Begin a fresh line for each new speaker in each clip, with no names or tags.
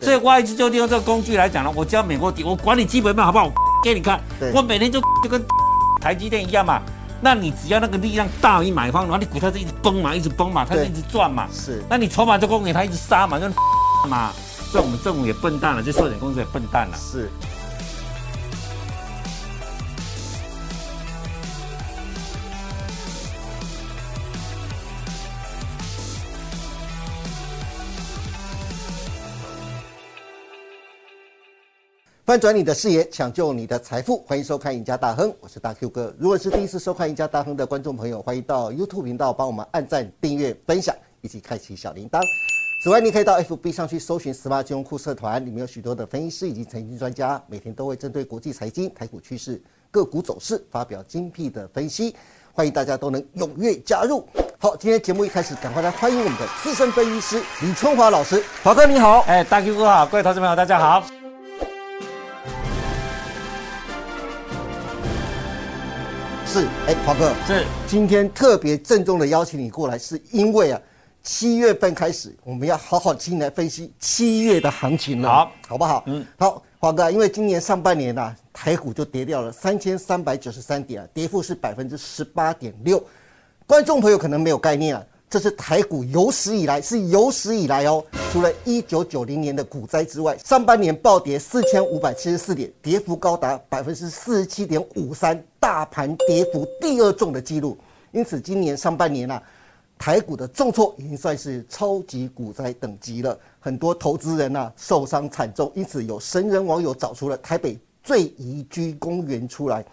对挖掘机就利用这个工具来讲呢，我教美国底，我 管你基本面好不好，给你看
对，
我每天就 就跟台积电一样嘛。那你只要那个力量大于买方，然后你股票就一直崩嘛，一直崩嘛，它就
对
一直赚嘛。
是
那你筹码就供给他一直杀嘛，就 嘛。这我们政府也笨蛋了，这寿险公司也笨蛋了。
是。翻转你的视野，抢救你的财富，欢迎收看《赢家大亨》，我是大 Q 哥。如果是第一次收看《赢家大亨》的观众朋友，欢迎到 YouTube 频道帮我们按赞、订阅、分享，以及开启小铃铛。此外，你可以到 FB 上去搜寻 “Smart 金融库社团”，里面有许多的分析师以及财经专家，每天都会针对国际财经、台股趋势、个股走势发表精辟的分析，欢迎大家都能踊跃加入。好，今天节目一开始，赶快来欢迎我们的资深分析师李春华老师，华哥你好。
哎，大 Q 哥好，各位投资朋友大家好。
是，哎，华哥，
是
今天特别郑重的邀请你过来，是因为啊，七月份开始，我们要好好进来分析七月的行情了，
好，
好不好？嗯，好，华哥啊，因为今年上半年啊，台股就跌掉了三千三百九十三点啊，跌幅是百分之十八点六。观众朋友可能没有概念啊，这是台股有史以来是有史以来哦，除了一九九零年的股灾之外，上半年暴跌四千五百七十四点，跌幅高达百分之四十七点五三，大盘跌幅第二重的记录。因此，今年上半年啊，台股的重挫已经算是超级股灾等级了，很多投资人呐、受伤惨重，因此有神人网友找出了台北最宜居公园出来。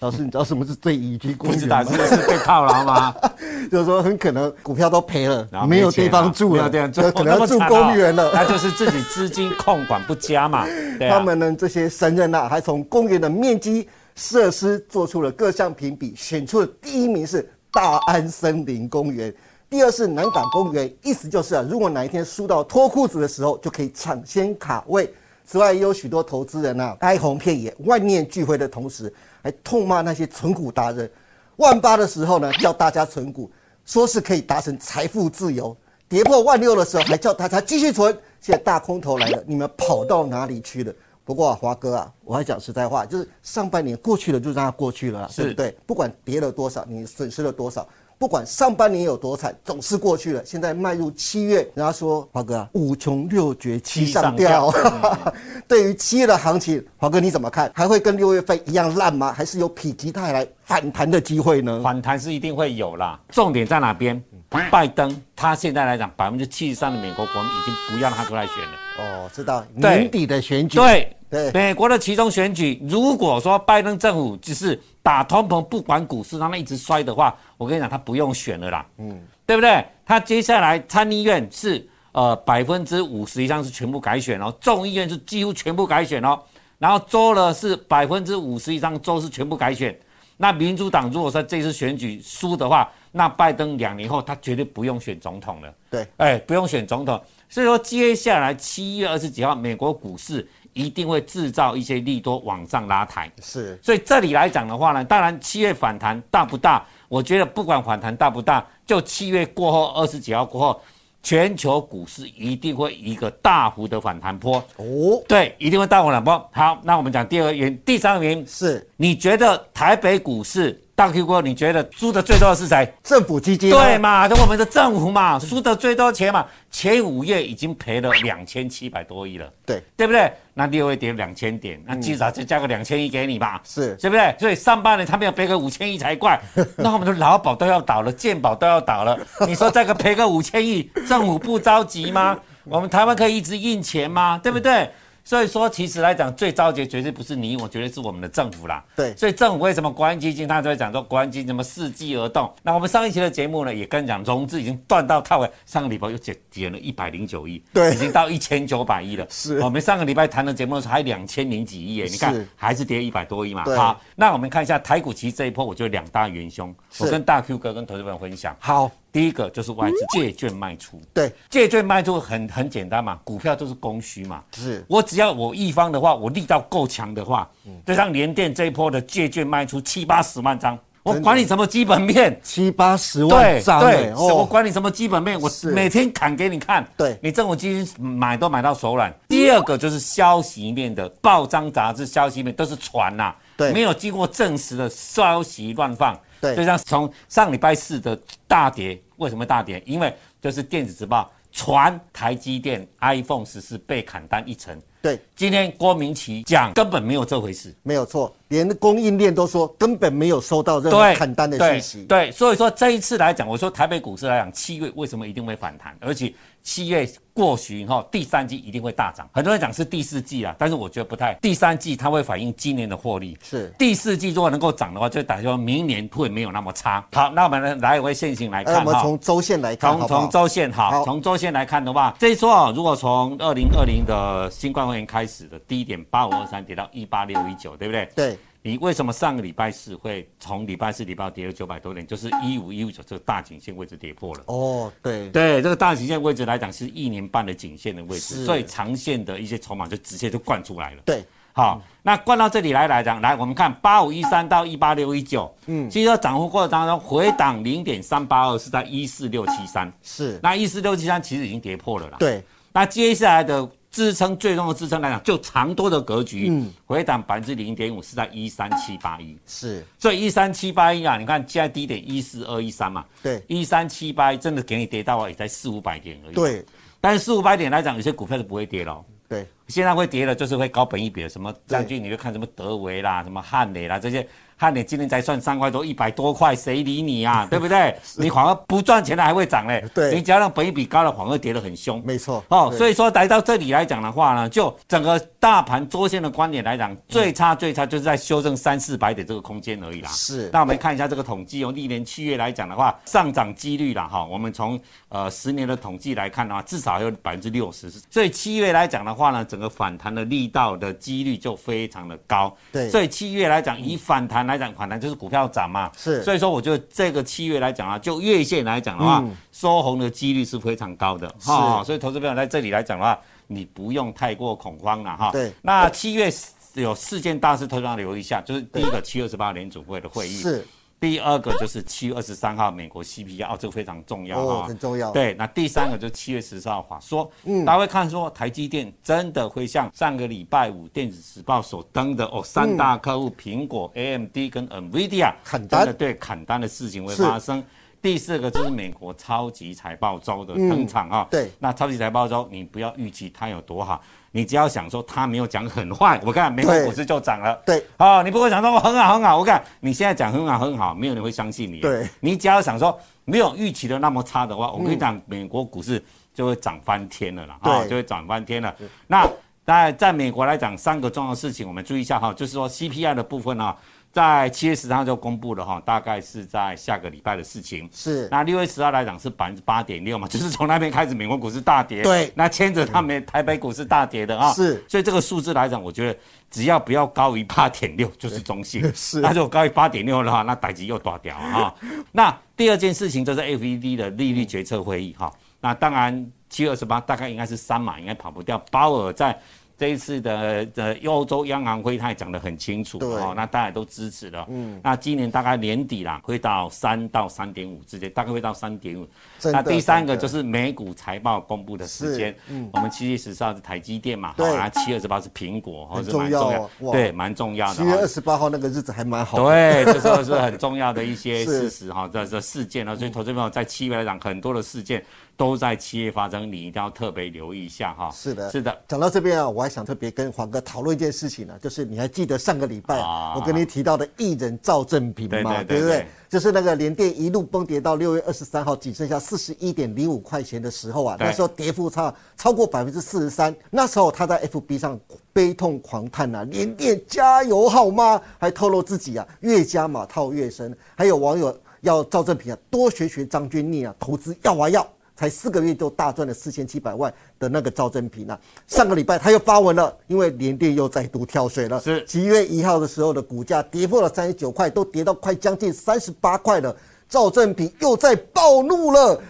老师，你知道什么是最宜居公
不
园
知
吗
道？是不是被套牢吗？
就是说很可能股票都赔了
然后，
没有
钱
地
了
方住
啊没有
了，
地方住，
可
那
能要
么
住
惨哦
公园了。
那就是自己资金控管不佳嘛。对啊
他们呢，这些神人啊，还从公园的面积、设施做出了各项评比，选出了第一名是大安森林公园，第二是南港公园。意思就是啊，如果哪一天输到脱裤子的时候，就可以抢先卡位。此外，也有许多投资人啊，哀鸿遍野，万念俱灰的同时，还痛骂那些存股达人。万八的时候呢，叫大家存股，说是可以达成财富自由；跌破万六的时候，还叫大家继续存。现在大空头来了，你们跑到哪里去了？不过啊华、哥啊，我还讲实在话，就是上半年过去了，就让它过去了啊，
是
对不对？不管跌了多少，你损失了多少，不管上半年有多惨，总是过去了。现在迈入七月，人家说华哥啊，五穷六绝七上吊。 对于七月的行情，华哥你怎么看？还会跟六月份一样烂吗？还是有否极泰来反弹的机会呢？
反弹是一定会有啦。重点在哪边？拜登他现在来讲，百分之七十三的美国国民已经不要让他出来选了。
哦，知道
对
年底的选举，
对
对
美国的其中选举，如果说拜登政府只是打通膨不管股市，让它一直摔的话，我跟你讲，他不用选了啦，嗯，对不对？他接下来参议院是呃百分之五十以上是全部改选哦，众议院是几乎全部改选哦，然后州呢是百分之五十以上州是全部改选。那民主党如果说这次选举输的话，那拜登两年后他绝对不用选总统了。
对，
哎，不用选总统。所以说，接下来七月二十几号，美国股市一定会制造一些利多往上拉抬。
是
所以这里来讲的话呢，当然七月反弹大不大，我觉得不管反弹大不大，就七月过后二十几号过后，全球股市一定会一个大幅的反弹坡。
哦，
对，一定会大幅反弹坡。好，那我们讲第二个原因，第三个原因，
是
你觉得台北股市大 Q 哥，你觉得输的最多的是谁？
政府基金啊吗
对嘛，就我们的政府嘛，输的最多钱嘛，前五月已经赔了两千七百多亿了，
对，
对不对？那六月跌两千点，那至少就加个两千亿给你吧，
嗯是
对不对？所以上半年他们要赔个五千亿才 怪，那我们的劳保都要倒了，健保都要倒了，你说再个赔个五千亿，政府不着急 吗？我们台湾可以一直印钱吗？对不对？所以说，其实来讲，最着急的绝对不是你我，绝对是我们的政府啦。
对
所以政府为什么国安基金，他就会讲说国安基金怎么伺机而动？那我们上一期的节目呢，也跟你讲融资已经断到套尾，上个礼拜又减减了一百零九亿，
对
已经到一千九百亿了。
是
哦我们上个礼拜谈的节目的时候还两千零几亿耶，你看
是
还是跌一百多亿嘛。
对
好，那我们看一下台股其实这一波，我觉得两大元凶，我
是
跟大 Q 哥跟投资朋友分享。
好，
第一个就是外资借券卖出，
对，
借券卖出很很简单嘛，股票都是供需嘛。
是嗯
我只要我一方的话，我力道够强的话，就像联电这一波的借券卖出七八十万张，我管你什么基本面，
七八十
对
万张哎、
对，
哦，
什么管你什么基本面，我
是
每天砍给你看。
对
你政府基金买都买到手软。第二个就是消息面的报章杂志，消息面都是传呐、
对
没有经过证实的消息乱放。
对
就像从上礼拜四的大跌，为什么大跌？因为就是电子时报传台积电 iPhone 十四被砍单一成。
对，
今天郭明奇讲根本没有这回事。
没有错，连供应链都说根本没有收到任何
对，
砍单的讯息。
对。对，所以说这一次来讲，我说台北股市来讲，七月为什么一定会反弹？而且七月过旬以后，第三季一定会大涨。很多人讲是第四季啊，但是我觉得不太。第三季它会反映今年的获利，
是
第四季如果能够涨的话，就代表明年会没有那么差。好，那我们来回线性来
哎，我
看
们
哈。
从周线来看，
从
好不好
从？周线
好
好，从周线来看的话，这一说啊，如果从二零二零的新冠肺炎开始的低点八五二三跌到一八六一九，对不对？
对，
你为什么上个礼拜四会从礼拜四、礼拜五跌了九百多点？就是一五一五九这个大颈线位置跌破了。
哦，对，
对，这个大颈线位置来讲是一年半的颈线的位
是
置，所以长线的一些筹码就直接就灌出来了。
对，
好，那灌到这里来来讲，来我们看八五一三到一八六一九，嗯，其实在涨幅过程当中回档零点三八二是在一四六七三，
是，
那一四六七三其实已经跌破了啦。
对，
那接下来的支撑最重要的支撑来讲，就长多的格局，嗯，回档百分之零点五是在一三七八一，
是，
所以一三七八一啊，你看现在低点一四二一三嘛，
对
一三七八一真的给你跌到啊，也才四五百点而已。，啊
对，
但是四五百点来讲，有些股票是不会跌哦了。
对，
现在会跌的，就是会高本一比的，什么将军，你就看什么德维啦，什么汉磊啦，这些汉磊今天才算三块多，一百多块，谁理你 啊？对不对？你反而不赚钱的还会涨嘞，
对
你只要让本一比高了，反而跌得很凶。
没错。
哦，
对
所以说来到这里来讲的话呢，就整个大盘周线的观点来
嗯
讲，最差最差就是在修正三四百点这个空间而已啦。
是
那我们看一下这个统计哦，历年七月来讲的话，上涨几率啦哈、我们从呃十年的统计来看的话，至少有百分之六十。所以七月来讲的话呢，整个反弹的力道的几率就非常的高。
对
所以七月来讲，以反弹来讲，反弹就是股票涨嘛。
是
所以说我觉得这个七月来讲啊，就月线来讲的话，收红的几率是非常高的
嗯是
哈、所以投资朋友在这里来讲的话，你不用太过恐慌了哈。
对
那七月有四件大事，投资朋友留意一下，就是第一个七月二十八联储会的会议，
是
第二个就是七月二十三号美国 CPI，哦，这个非常重要
哦
哈，
很重要
对，那第三个就是七月十四号法说，嗯，大家会看说台积电真的会像上个礼拜五电子时报所登的哦，
嗯
三大客户苹果、AMD 跟 NVIDIA
砍单
真的对砍单的事情会发生。第四个就是美国超级财报周的登场啊、
嗯对
那超级财报周你不要预期它有多好，你只要想说它没有讲很坏，我看美国
对
股市就涨了。
对，
哦，你不会想说我很好很好，我看你现在讲很好很好，没有人会相信你。啊
对，
你只要想说没有预期的那么差的话，我跟你讲，美国股市就会涨翻天了啦，
对
啊，就会涨翻天了。那在在美国来讲，三个重要的事情我们注意一下哈，就是说 CPI 的部分啊，在七月十三号就公布了哈，大概是在下个礼拜的事情。
是，
那六月十号来讲是百分之八点六嘛， 就是从那边开始美国股市大跌，
对
那牵着他们台北股市大跌的啊，
是，
所以这个数字来讲，我觉得只要不要高于八点六就是中性，
是
那如果高于八点六的话，那逮级又大掉了 啊。那第二件事情就是 FED 的利率决策会议哈、那当然七月二十八大概应该是三码，应该跑不掉，鲍尔在。这一次的呃欧洲央行会，他也讲得很清楚
对
哦，那大家都支持了。嗯，那今年大概年底啦，会到三到三点五之间，大概会到三点五。
真的
那第三个
真的
就是美股财报公布的时间
是，
嗯，我们七月十四号是台积电嘛，
对
然后七月二十八是苹果，哦，
很
是蛮
重要
重
哦哇
要，对，蛮重要的。
七月
哦
二十八号那个日子还蛮好的。
对，这时候是很重要的一些
是
事实哈，这这事件呢，所以投资朋友在七月来讲，很多的事件都在七月发生，你一定要特别留意一下哈。
是的，
是的，。
讲到这边啊，我还想特别跟黄哥讨论一件事情呢、啊就是你还记得上个礼拜、
啊
我跟你提到的艺人赵正平嘛，
对对对
不对
对？
就是那个联电一路崩跌到六月二十三号，仅剩下四十一点零五块钱的时候啊，
对
那时候跌幅差超过百分之四十三。那时候他在 FB 上悲痛狂叹呐、啊，联电加油好吗？还透露自己啊越加码套越深。还有网友要赵正平啊多学学张君丽啊，投资要啊要。才四个月就大赚了四千七百万的那个赵正平啊，上个礼拜他又发文了，因为联电又再度跳水了。
是
七月一号的时候的股价跌破了三十九块，都跌到快将近三十八块了。赵正平又在暴怒了，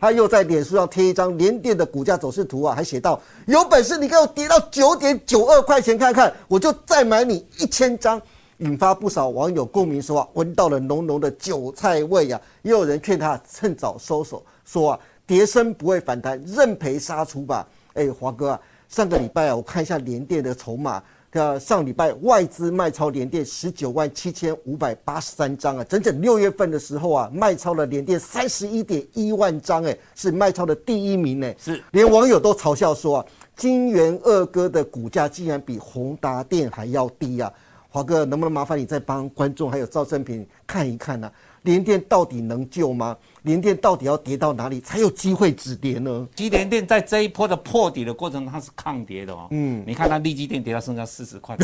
他又在脸书上贴一张联电的股价走势图啊，还写到有本事你给我跌到九点九二块钱看看，我就再买你一千张。引发不少网友共鸣，说啊，闻到了浓浓的韭菜味啊。也有人劝他趁早收手，说啊，跌升不会反弹，认赔杀出吧。哎，华哥啊，上个礼拜啊，我看一下联电的筹码，呃，上礼拜外资卖超联电十九万七千五百八十三张啊，整整六月份的时候啊，卖超了联电三十一点一万张，哎，是卖超的第一名哎，
是
连网友都嘲笑说啊，金元二哥的股价竟然比宏达电还要低啊！华哥，能不能麻烦你再帮观众还有赵正平看一看呢、啊联电到底能救吗？联电到底要跌到哪里才有机会止跌呢？
机联电在这一波的破底的过程，它是抗跌的哦。嗯，你看它利基电跌到剩下四十 块，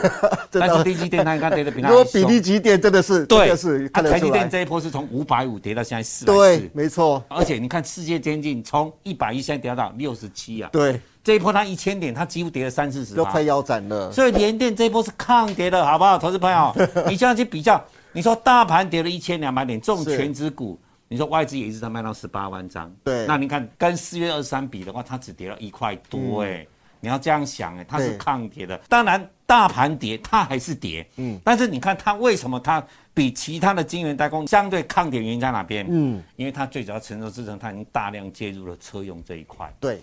真的
但是利基电它应该跌的比它
如果
还
比
凶。
例级点真的是，
对，
这个是
啊
看得
台
出
积
来
电，这一波是从五百五跌到现在四百
对
四，，
没错，
而且你看世界先进从一百一现在跌到六十七啊，
对，
这一波它一千点，它几乎跌了三四十
都快腰斩了。
所以联电这一波是抗跌的，好不好，投资朋 友？你这样去比较，你说大盘跌了一千两百点，这种
是
全指股，你说外资也一直在卖到十八万张，
对
那你看跟四月二三比的话，它只跌了一块多、哎、你要这样想、哎，它是
嗯对
抗跌的。当然，大盘跌它还是跌，嗯，但是你看它为什么它比其他的晶圆代工相对抗跌，原因在哪边？嗯，因为它最主要成熟制程，它已经大量介入了车用这一块。
对，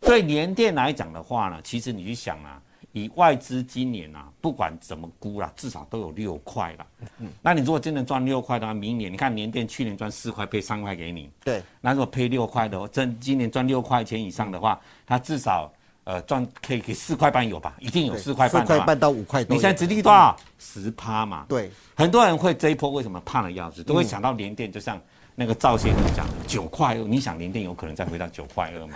对联电来讲的话呢，其实你去想啊，以外资今年啊，不管怎么估啦，至少都有六块啦。
嗯
那你如果真的赚六块的话，明年你看联电去年赚四块，配三块给你。
对，
那如果配六块的话，真今年赚六块钱以上的话，它至少呃赚可以给四块半有吧？一定有
对
四块半
四
的
块
嘛
半到五块都有。
你现在殖利率多少？十趴嘛。
对，
很多人会这一波为什么怕的要死，都会想到联电，就像那个赵先生讲的九块二，你想联电有可能再回到九块二 吗？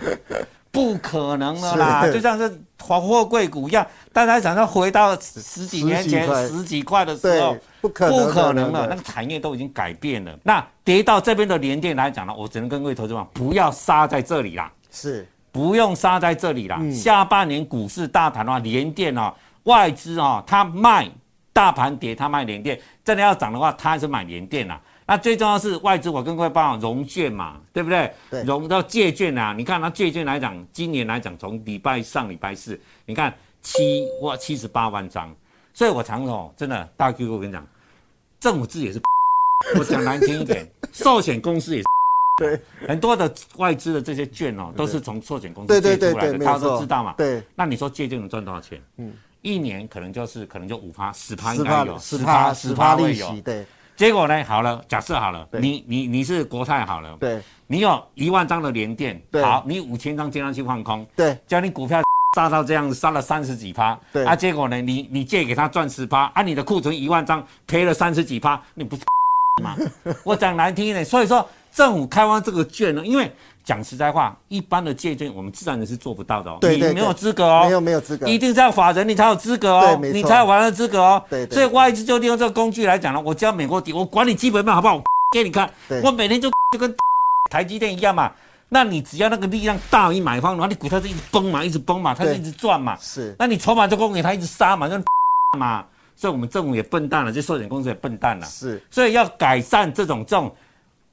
不可能了啦，
是
就像是黄货柜股一样，大家想要回到十十几年前
十几块
十几块的时候
对，不可能的
不可能了，
对
那个产业都已经改变了。那跌到这边的联电来讲呢，我只能跟各位投资者讲，不要杀在这里啦。
是
不用杀在这里啦。下半年股市大盘的话，联电哦，外资哦，它卖大盘跌，它卖联电，真的要涨的话，它还是买联电啦。那最重要是外资，我跟各位报告融券嘛，对不对？
对
融到借券啊，你看它借券来讲，今年来讲，从礼拜上礼拜四，你看七哇七十八万张，所以我常说哦，真的大 Q 哥，我跟你讲，政府自己也是， 我讲难听一点， 寿险公司也是
对，
很多的外资的这些券哦，都是从寿险公
对
司
对
借
对
出来
对，
的，
没
大家
有
都
错，
知道嘛。
对，
那你说借就能赚多少钱？嗯，一年可能就是可能就五趴、十趴
十
应该有，
趴十趴十趴利
会
息，
有。
对
结果呢，好了，假设好了，
对
你你你是国泰好了，
对
你有一万张的联电，
对
好，你五千张接上去放空，
对
叫你股票 杀到这样子，杀了三十几趴，
对
啊，结果呢，你你借给他赚十趴，啊，你的库存一万张赔了三十几趴，你不是 吗？我讲难听一点，所以说政府开发这个券呢，因为讲实在话，一般的借券我们自然人是做不到的哦，
对对
你没
对
有资格哦，
没有没有资格
一定是要法人你才有资格
对
哦，
没错
你才有玩的资格哦，
对对
所以外资就利用这个工具来讲了，我只要美国底，我 管你基本面好不好，给你看
对，
我每天就 就跟台积电一样嘛。那你只要那个力量大于买方，然后你股票就一直崩嘛，一直崩嘛，它就
对
一直赚嘛。
是，
那你筹码就供给它一直杀嘛，就 嘛。所以我们政府也笨蛋了，这寿险公司也笨蛋了。
是
所以要改善这种这种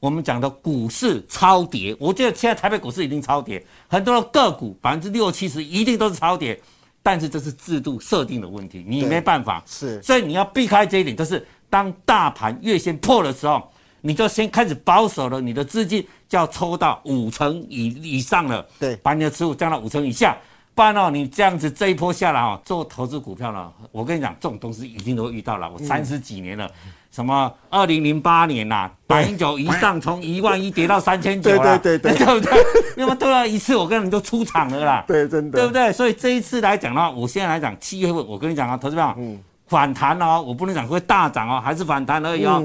我们讲的股市超跌，我觉得现在台北股市已经超跌，很多的个股百分之六七十一定都是超跌，但是这是制度设定的问题，你
对
没办法。
是
所以你要避开这一点，就是当大盘月线破的时候，你就先开始保守了，你的资金就要抽到五成以以上了，
对
把你的持股降到五成以下。不然哦，你这样子这一波下来哦，做投资股票呢，我跟你讲，这种东西一定都会遇到
嗯
了。我三十几年了，什么二零零八年呐、百分九一上从一万一跌到三千九了，
对对对
对不对？那么对啊，一次我跟你都出场了啦。
对，真
对不
的
对？所以这一次来讲的话，我现在来讲七月份，我跟你讲啊，投资票，反弹哦，我不能讲会大涨哦，还是反弹而已哦，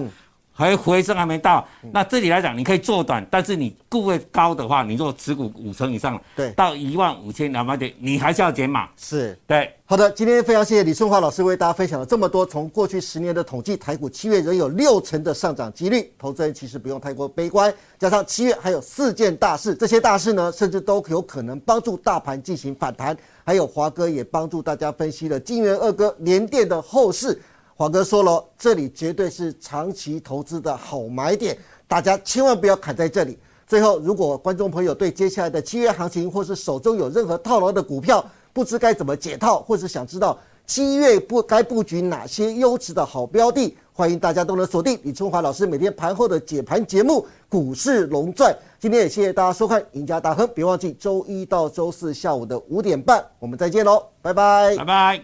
还回升还没到。那这里来讲，你可以做短，但是你部位高的话，你如果持股五成以上，
对
到一万五千两百点，你还是要减码，
是。
对。
好的，今天非常谢谢李顺华老师为大家分享了这么多。从过去十年的统计，台股七月仍有六成的上涨几率，投资人其实不用太过悲观。加上七月还有四件大事，这些大事呢，甚至都有可能帮助大盘进行反弹。还有华哥也帮助大家分析了金元二哥联电的后市。华哥说了，这里绝对是长期投资的好买点，大家千万不要砍在这里。最后，如果观众朋友对接下来的七月行情，或是手中有任何套牢的股票，不知该怎么解套，或是想知道七月不该布局哪些优质的好标的？欢迎大家都能锁定李春华老师每天盘后的解盘节目《股市龙钻》。今天也谢谢大家收看《赢家大亨》，别忘记周一到周四下午的五点半，我们再见喽，拜拜
拜。拜。